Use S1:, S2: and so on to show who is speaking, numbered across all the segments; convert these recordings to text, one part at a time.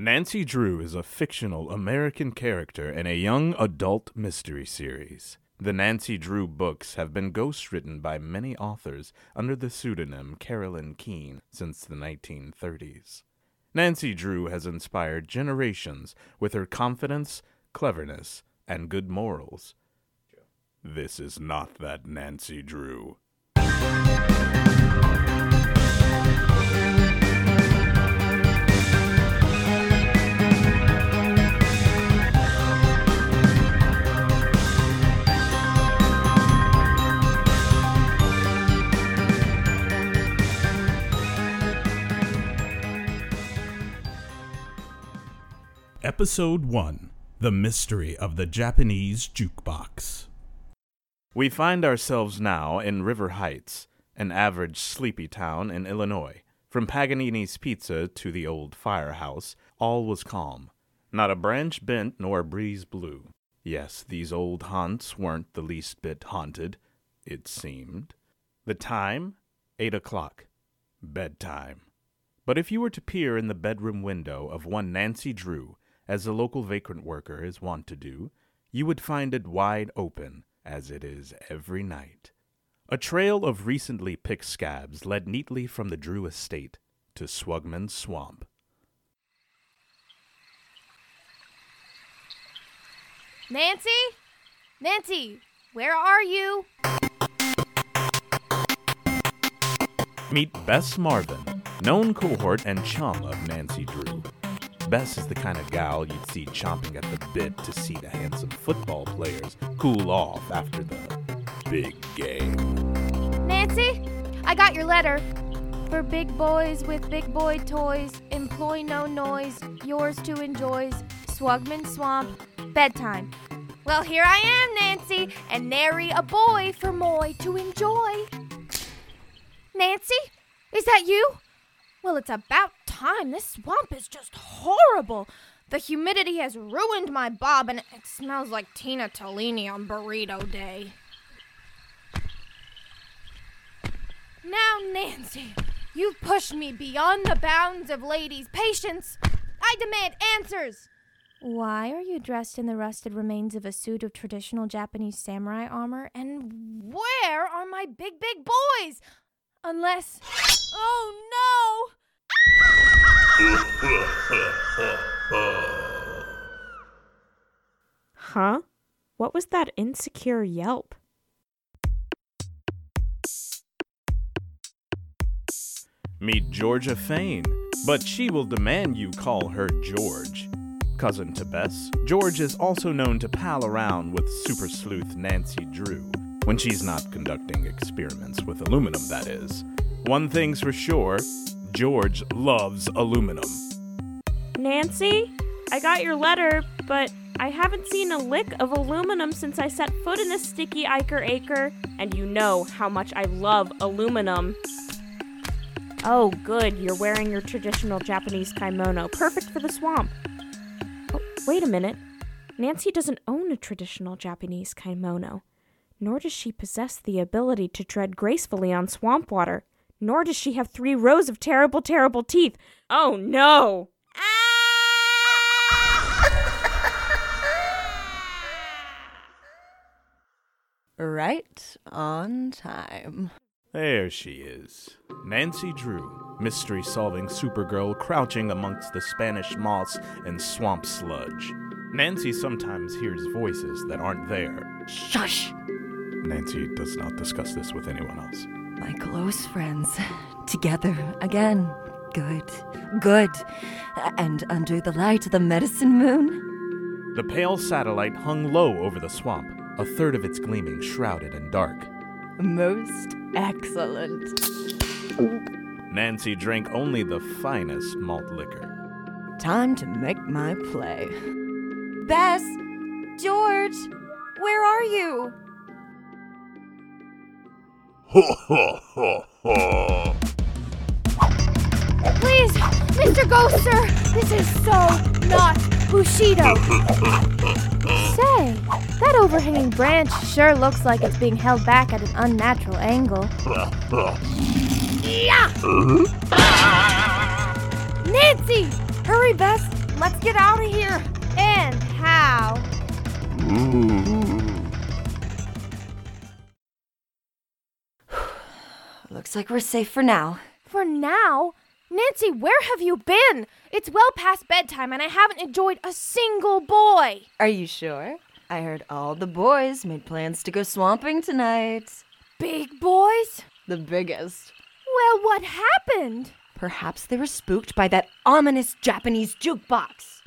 S1: Nancy Drew is a fictional American character in a young adult mystery series. The Nancy Drew books have been ghostwritten by many authors under the pseudonym Carolyn Keene since the 1930s. Nancy Drew has inspired generations with her confidence, cleverness, and good morals. This is not that Nancy Drew.
S2: Episode 1 The Mystery of the Japanese Jukebox.
S1: We find ourselves now in River Heights, an average sleepy town in Illinois. From Paganini's Pizza to the old firehouse, all was calm. Not a branch bent nor a breeze blew. Yes, these old haunts weren't the least bit haunted, it seemed. The time? Eight o'clock. Bedtime. But if you were to peer in the bedroom window of one Nancy Drew, as the local vagrant worker is wont to do, you would find it wide open, as it is every night. A trail of recently picked scabs led neatly from the Drew estate to Swugman's Swamp.
S3: Nancy? Nancy, where are you?
S1: Meet Bess Marvin, known cohort and chum of Nancy Drew. Bess is the kind of gal you'd see chomping at the bit to see the handsome football players cool off after the big game.
S3: Nancy, I got your letter. For big boys with big boy toys, employ no noise, yours to enjoys, Swugman Swamp, bedtime. Well, here I am, Nancy, and nary a boy for Moy to enjoy. Nancy, is that you? Well, it's about time. This swamp is just horrible. The humidity has ruined my bob, and it smells like Tina Tellini on burrito day. Now, Nancy, you've pushed me beyond the bounds of ladies' patience. I demand answers. Why are you dressed in the rusted remains of a suit of traditional Japanese samurai armor? And where are my big, big boys? Unless. Oh no!
S4: Huh? What was that insecure yelp?
S1: Meet Georgia Fane, but she will demand you call her George. Cousin to Bess, George is also known to pal around with super sleuth Nancy Drew, when she's not conducting experiments with aluminum, that is. One thing's for sure George loves aluminum.
S4: Nancy? I got your letter, but I haven't seen a lick of aluminum since I set foot in this sticky Iker Acre, and you know how much I love aluminum. Oh, good, you're wearing your traditional Japanese kimono, perfect for the swamp. Oh, wait a minute. Nancy doesn't own a traditional Japanese kimono, nor does she possess the ability to tread gracefully on swamp water, nor does she have three rows of terrible, terrible teeth. Oh no!
S3: Ah!
S5: Right on time.
S1: There she is. Nancy Drew, mystery solving Supergirl crouching amongst the Spanish moss and swamp sludge. Nancy sometimes hears voices that aren't there.
S5: Shush!
S1: Nancy does not discuss this with anyone else.
S5: My close friends, together again. Good, good. And under the light of the medicine moon?
S1: The pale satellite hung low over the swamp, a third of its gleaming shrouded in dark.
S5: Most excellent.
S1: Nancy drank only the finest malt liquor.
S5: Time to make my play. Bess! George! Where are you?
S3: Please, Mr. Ghost, sir, this is so not Bushido. Say, that overhanging branch sure looks like it's being held back at an unnatural angle. yeah! Nancy!
S5: Hurry, Bess!
S6: Let's get out of here.
S3: And how?
S5: Looks like we're safe for now.
S3: For now? Nancy, where have you been? It's well past bedtime and I haven't enjoyed a single boy.
S5: Are you sure? I heard all the boys made plans to go swamping tonight.
S3: Big boys?
S5: The biggest.
S3: Well, what happened?
S5: Perhaps they were spooked by that ominous Japanese jukebox.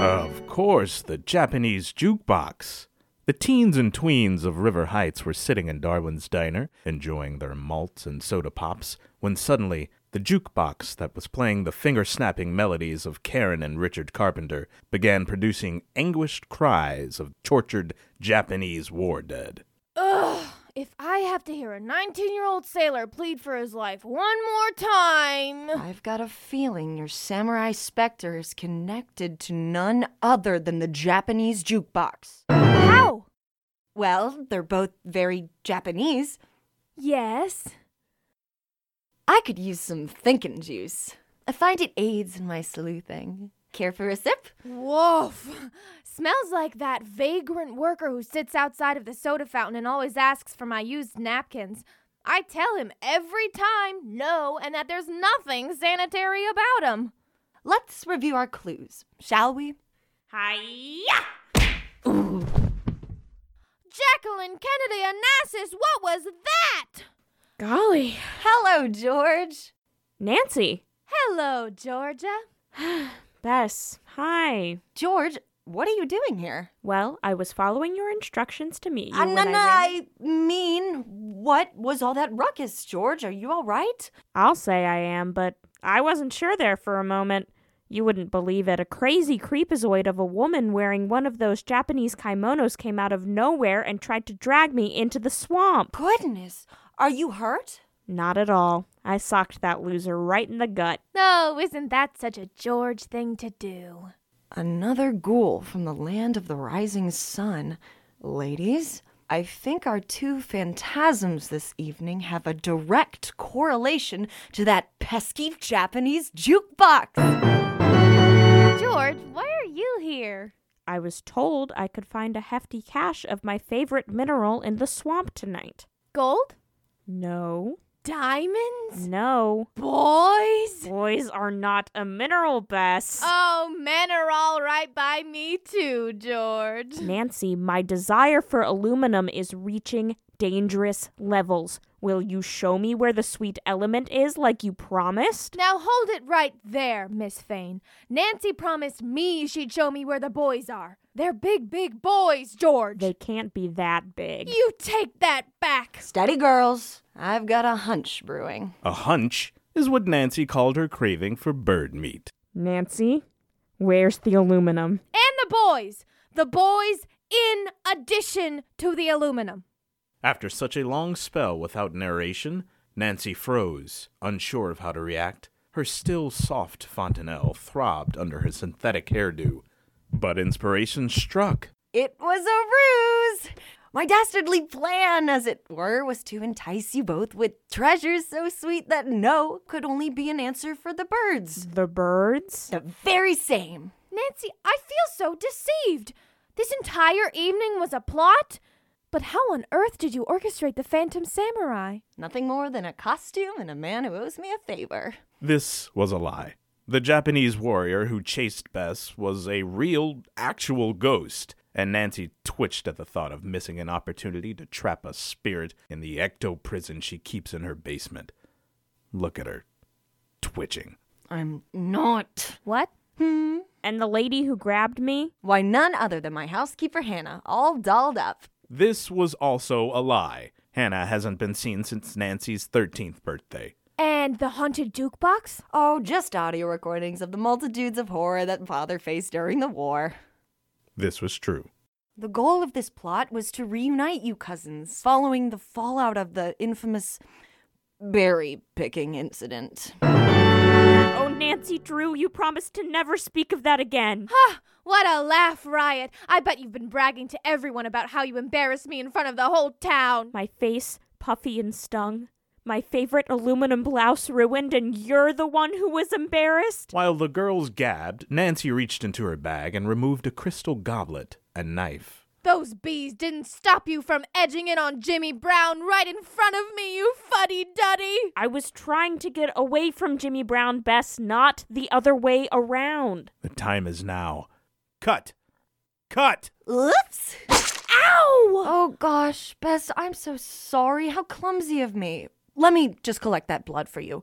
S1: Of course, the Japanese jukebox. The teens and tweens of River Heights were sitting in Darwin's diner, enjoying their malts and soda pops, when suddenly the jukebox that was playing the finger snapping melodies of Karen and Richard Carpenter began producing anguished cries of tortured Japanese war dead.
S3: Ugh, if I have to hear a 19 year old sailor plead for his life one more time.
S5: I've got a feeling your samurai specter is connected to none other than the Japanese jukebox.
S3: How?
S5: Well, they're both very Japanese.
S3: Yes.
S5: I could use some thinking juice. I find it aids in my sleuthing. Care for a sip?
S3: Woof. Smells like that vagrant worker who sits outside of the soda fountain and always asks for my used napkins. I tell him every time no and that there's nothing sanitary about him.
S5: Let's review our clues, shall we?
S4: Hiya!
S3: Jacqueline Kennedy Onassis, what was that?
S4: Golly.
S5: Hello, George.
S4: Nancy.
S3: Hello, Georgia.
S4: Bess. Hi.
S5: George, what are you doing here?
S4: Well, I was following your instructions to meet you.
S5: Uh,
S4: when
S5: no, no,
S4: I ran-
S5: I mean, what was all that ruckus, George? Are you all right?
S4: I'll say I am, but I wasn't sure there for a moment. You wouldn't believe it. A crazy creepazoid of a woman wearing one of those Japanese kimonos came out of nowhere and tried to drag me into the swamp.
S5: Goodness, are you hurt?
S4: Not at all. I socked that loser right in the gut.
S3: No, isn't that such a George thing to do?
S5: Another ghoul from the land of the rising sun. Ladies, I think our two phantasms this evening have a direct correlation to that pesky Japanese jukebox.
S3: George, why are you here?
S4: I was told I could find a hefty cache of my favorite mineral in the swamp tonight.
S3: Gold?
S4: No.
S3: Diamonds?
S4: No.
S3: Boys?
S4: Boys are not a mineral, Bess.
S3: Oh, men are all right by me too, George.
S4: Nancy, my desire for aluminum is reaching dangerous levels. Will you show me where the sweet element is like you promised?
S3: Now hold it right there, Miss Fane. Nancy promised me she'd show me where the boys are. They're big, big boys, George.
S4: They can't be that big.
S3: You take that back.
S5: Steady, girls. I've got a hunch brewing.
S1: A hunch is what Nancy called her craving for bird meat.
S4: Nancy, where's the aluminum?
S3: And the boys. The boys in addition to the aluminum.
S1: After such a long spell without narration, Nancy froze, unsure of how to react. Her still soft fontanelle throbbed under her synthetic hairdo. But inspiration struck.
S5: It was a ruse! My dastardly plan, as it were, was to entice you both with treasures so sweet that no could only be an answer for the birds.
S4: The birds?
S5: The very same.
S3: Nancy, I feel so deceived. This entire evening was a plot? But how on earth did you orchestrate the Phantom Samurai?
S5: Nothing more than a costume and a man who owes me a favor.
S1: This was a lie. The Japanese warrior who chased Bess was a real, actual ghost, and Nancy twitched at the thought of missing an opportunity to trap a spirit in the ecto prison she keeps in her basement. Look at her, twitching.
S5: I'm not.
S3: What?
S5: Hmm.
S4: And the lady who grabbed me?
S5: Why, none other than my housekeeper Hannah, all dolled up.
S1: This was also a lie. Hannah hasn't been seen since Nancy's 13th birthday.
S3: And the haunted jukebox?
S5: Oh, just audio recordings of the multitudes of horror that father faced during the war.
S1: This was true.
S5: The goal of this plot was to reunite you cousins following the fallout of the infamous berry picking incident.
S4: Oh, Nancy Drew, you promised to never speak of that again.
S3: Ah, what a laugh riot. I bet you've been bragging to everyone about how you embarrassed me in front of the whole town.
S4: My face puffy and stung, my favorite aluminum blouse ruined, and you're the one who was embarrassed?
S1: While the girls gabbed, Nancy reached into her bag and removed a crystal goblet and knife.
S3: Those bees didn't stop you from edging in on Jimmy Brown right in front of me, you fuddy duddy!
S4: I was trying to get away from Jimmy Brown Bess, not the other way around.
S1: The time is now. Cut! Cut!
S5: Oops!
S4: Ow!
S5: Oh gosh, Bess, I'm so sorry. How clumsy of me. Let me just collect that blood for you.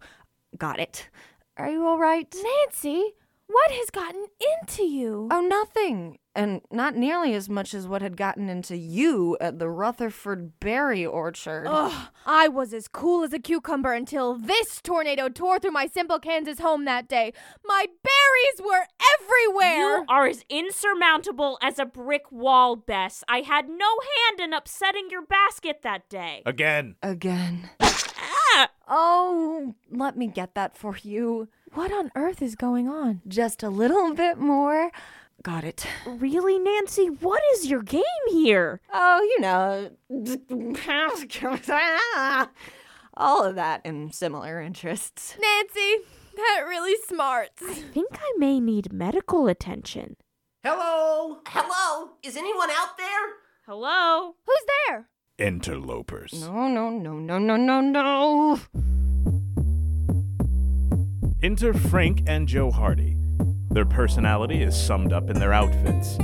S5: Got it. Are you all right?
S3: Nancy, what has gotten into you?
S5: Oh, nothing. And not nearly as much as what had gotten into you at the Rutherford Berry Orchard.
S3: Ugh, I was as cool as a cucumber until this tornado tore through my simple Kansas home that day. My berries were everywhere!
S4: You are as insurmountable as a brick wall, Bess. I had no hand in upsetting your basket that day.
S1: Again!
S5: Again.
S4: Ah!
S5: Oh, let me get that for you.
S3: What on earth is going on?
S5: Just a little bit more. Got it.
S4: Really, Nancy? What is your game here?
S5: Oh, you know, all of that and similar interests.
S3: Nancy, that really smarts.
S4: I think I may need medical attention.
S6: Hello? Hello? Is anyone out there?
S4: Hello?
S3: Who's there?
S1: Interlopers.
S5: No, no, no, no, no, no, no.
S1: Enter Frank and Joe Hardy. Their personality is summed up in their outfits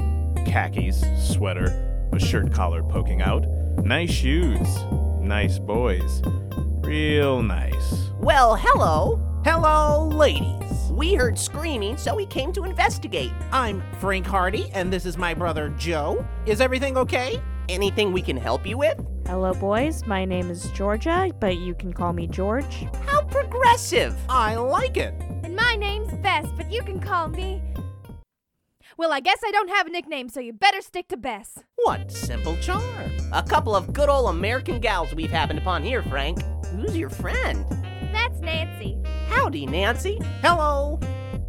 S1: khakis, sweater, a shirt collar poking out, nice shoes, nice boys, real nice.
S6: Well, hello. Hello, ladies. We heard screaming, so we came to investigate. I'm Frank Hardy, and this is my brother Joe. Is everything okay? Anything we can help you with?
S4: Hello, boys. My name is Georgia, but you can call me George.
S6: How progressive! I like it.
S3: And my name's Bess, but you can call me. Well, I guess I don't have a nickname, so you better stick to Bess.
S6: What simple charm. A couple of good old American gals we've happened upon here, Frank. Who's your friend?
S3: That's Nancy.
S6: Howdy, Nancy. Hello.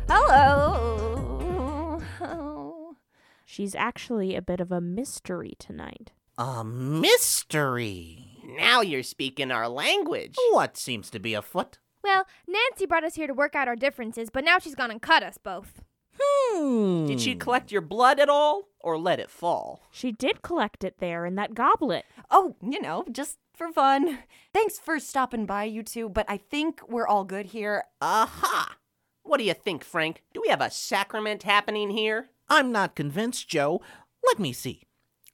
S5: Hello. Oh.
S4: She's actually a bit of a mystery tonight.
S7: A mystery.
S6: Now you're speaking our language.
S7: What seems to be afoot?
S3: Well, Nancy brought us here to work out our differences, but now she's gone and cut us both.
S7: Hmm.
S6: Did she collect your blood at all, or let it fall?
S4: She did collect it there in that goblet.
S5: Oh, you know, just for fun. Thanks for stopping by, you two, but I think we're all good here.
S6: Aha! What do you think, Frank? Do we have a sacrament happening here?
S7: I'm not convinced, Joe. Let me see.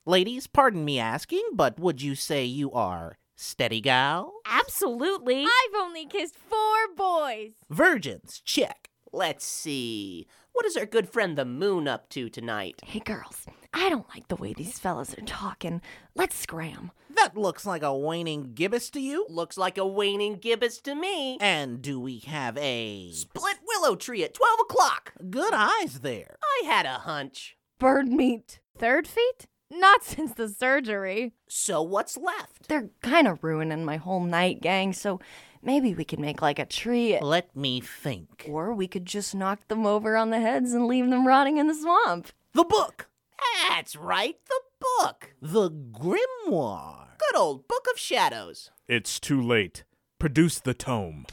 S7: Ladies, pardon me asking, but would you say you are steady gal?
S4: Absolutely.
S3: I've only kissed four boys.
S7: Virgins, check.
S6: Let's see. What is our good friend the moon up to tonight?
S5: Hey, girls, I don't like the way these fellas are talking. Let's scram.
S7: That looks like a waning gibbous to you.
S6: Looks like a waning gibbous to me.
S7: And do we have a
S6: Split willow tree at 12 o'clock.
S7: good eyes there?
S6: I had a hunch.
S5: Bird meat.
S3: Third feet? Not since the surgery.
S6: So what's left?
S5: They're kind of ruining my whole night, gang, so maybe we could make like a tree.
S7: Let me think.
S5: Or we could just knock them over on the heads and leave them rotting in the swamp.
S7: The book.
S6: That's right, the book.
S7: The grimoire.
S6: Good old Book of Shadows.
S1: It's too late. Produce the tome.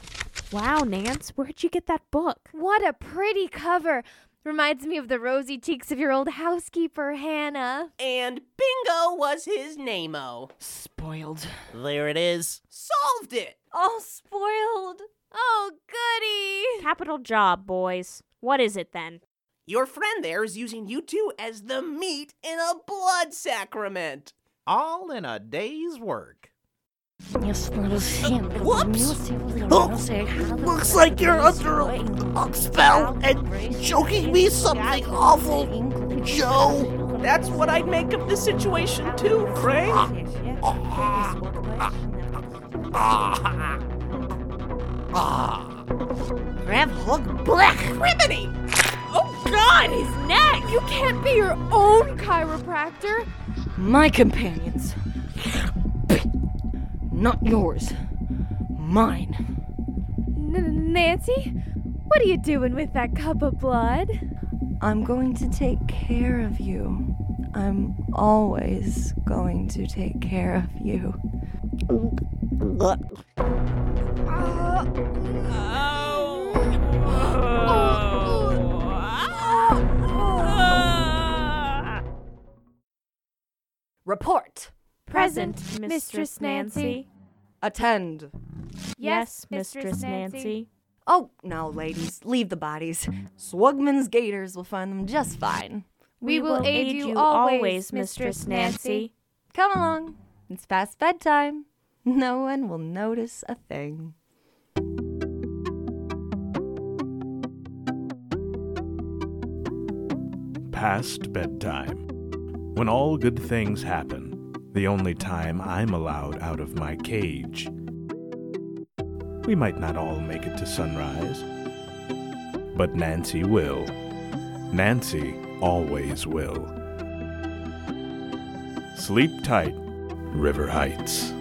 S4: Wow, Nance, where'd you get that book?
S3: What a pretty cover. Reminds me of the rosy cheeks of your old housekeeper, Hannah.
S6: And bingo was his name-o.
S5: Spoiled.
S7: There it is.
S6: Solved it.
S5: All spoiled.
S3: Oh, goody!
S4: Capital job, boys. What is it then?
S6: Your friend there is using you two as the meat in a blood sacrament.
S7: All in a day's work.
S6: Whoops! Looks like you're under a bug spell and choking me something awful, Joe. Ah. That's what I'd make of the situation too, Frank. Ah.
S5: Grab hug.
S6: Black criminy! Oh God, his neck!
S3: You can't be your own chiropractor.
S5: My companions. Not yours. Mine.
S3: N- N- Nancy, what are you doing with that cup of blood?
S5: I'm going to take care of you. I'm always going to take care of you. Report.
S3: Present, Mistress Nancy.
S5: Attend.
S4: Yes, Mistress Nancy.
S5: Oh, no, ladies, leave the bodies. Swugman's gators will find them just fine.
S3: We will aid you always, Mistress Nancy.
S5: Come along. It's past bedtime. No one will notice a thing.
S1: past bedtime. When all good things happen, the only time I'm allowed out of my cage. We might not all make it to sunrise, but Nancy will. Nancy always will. Sleep tight, River Heights.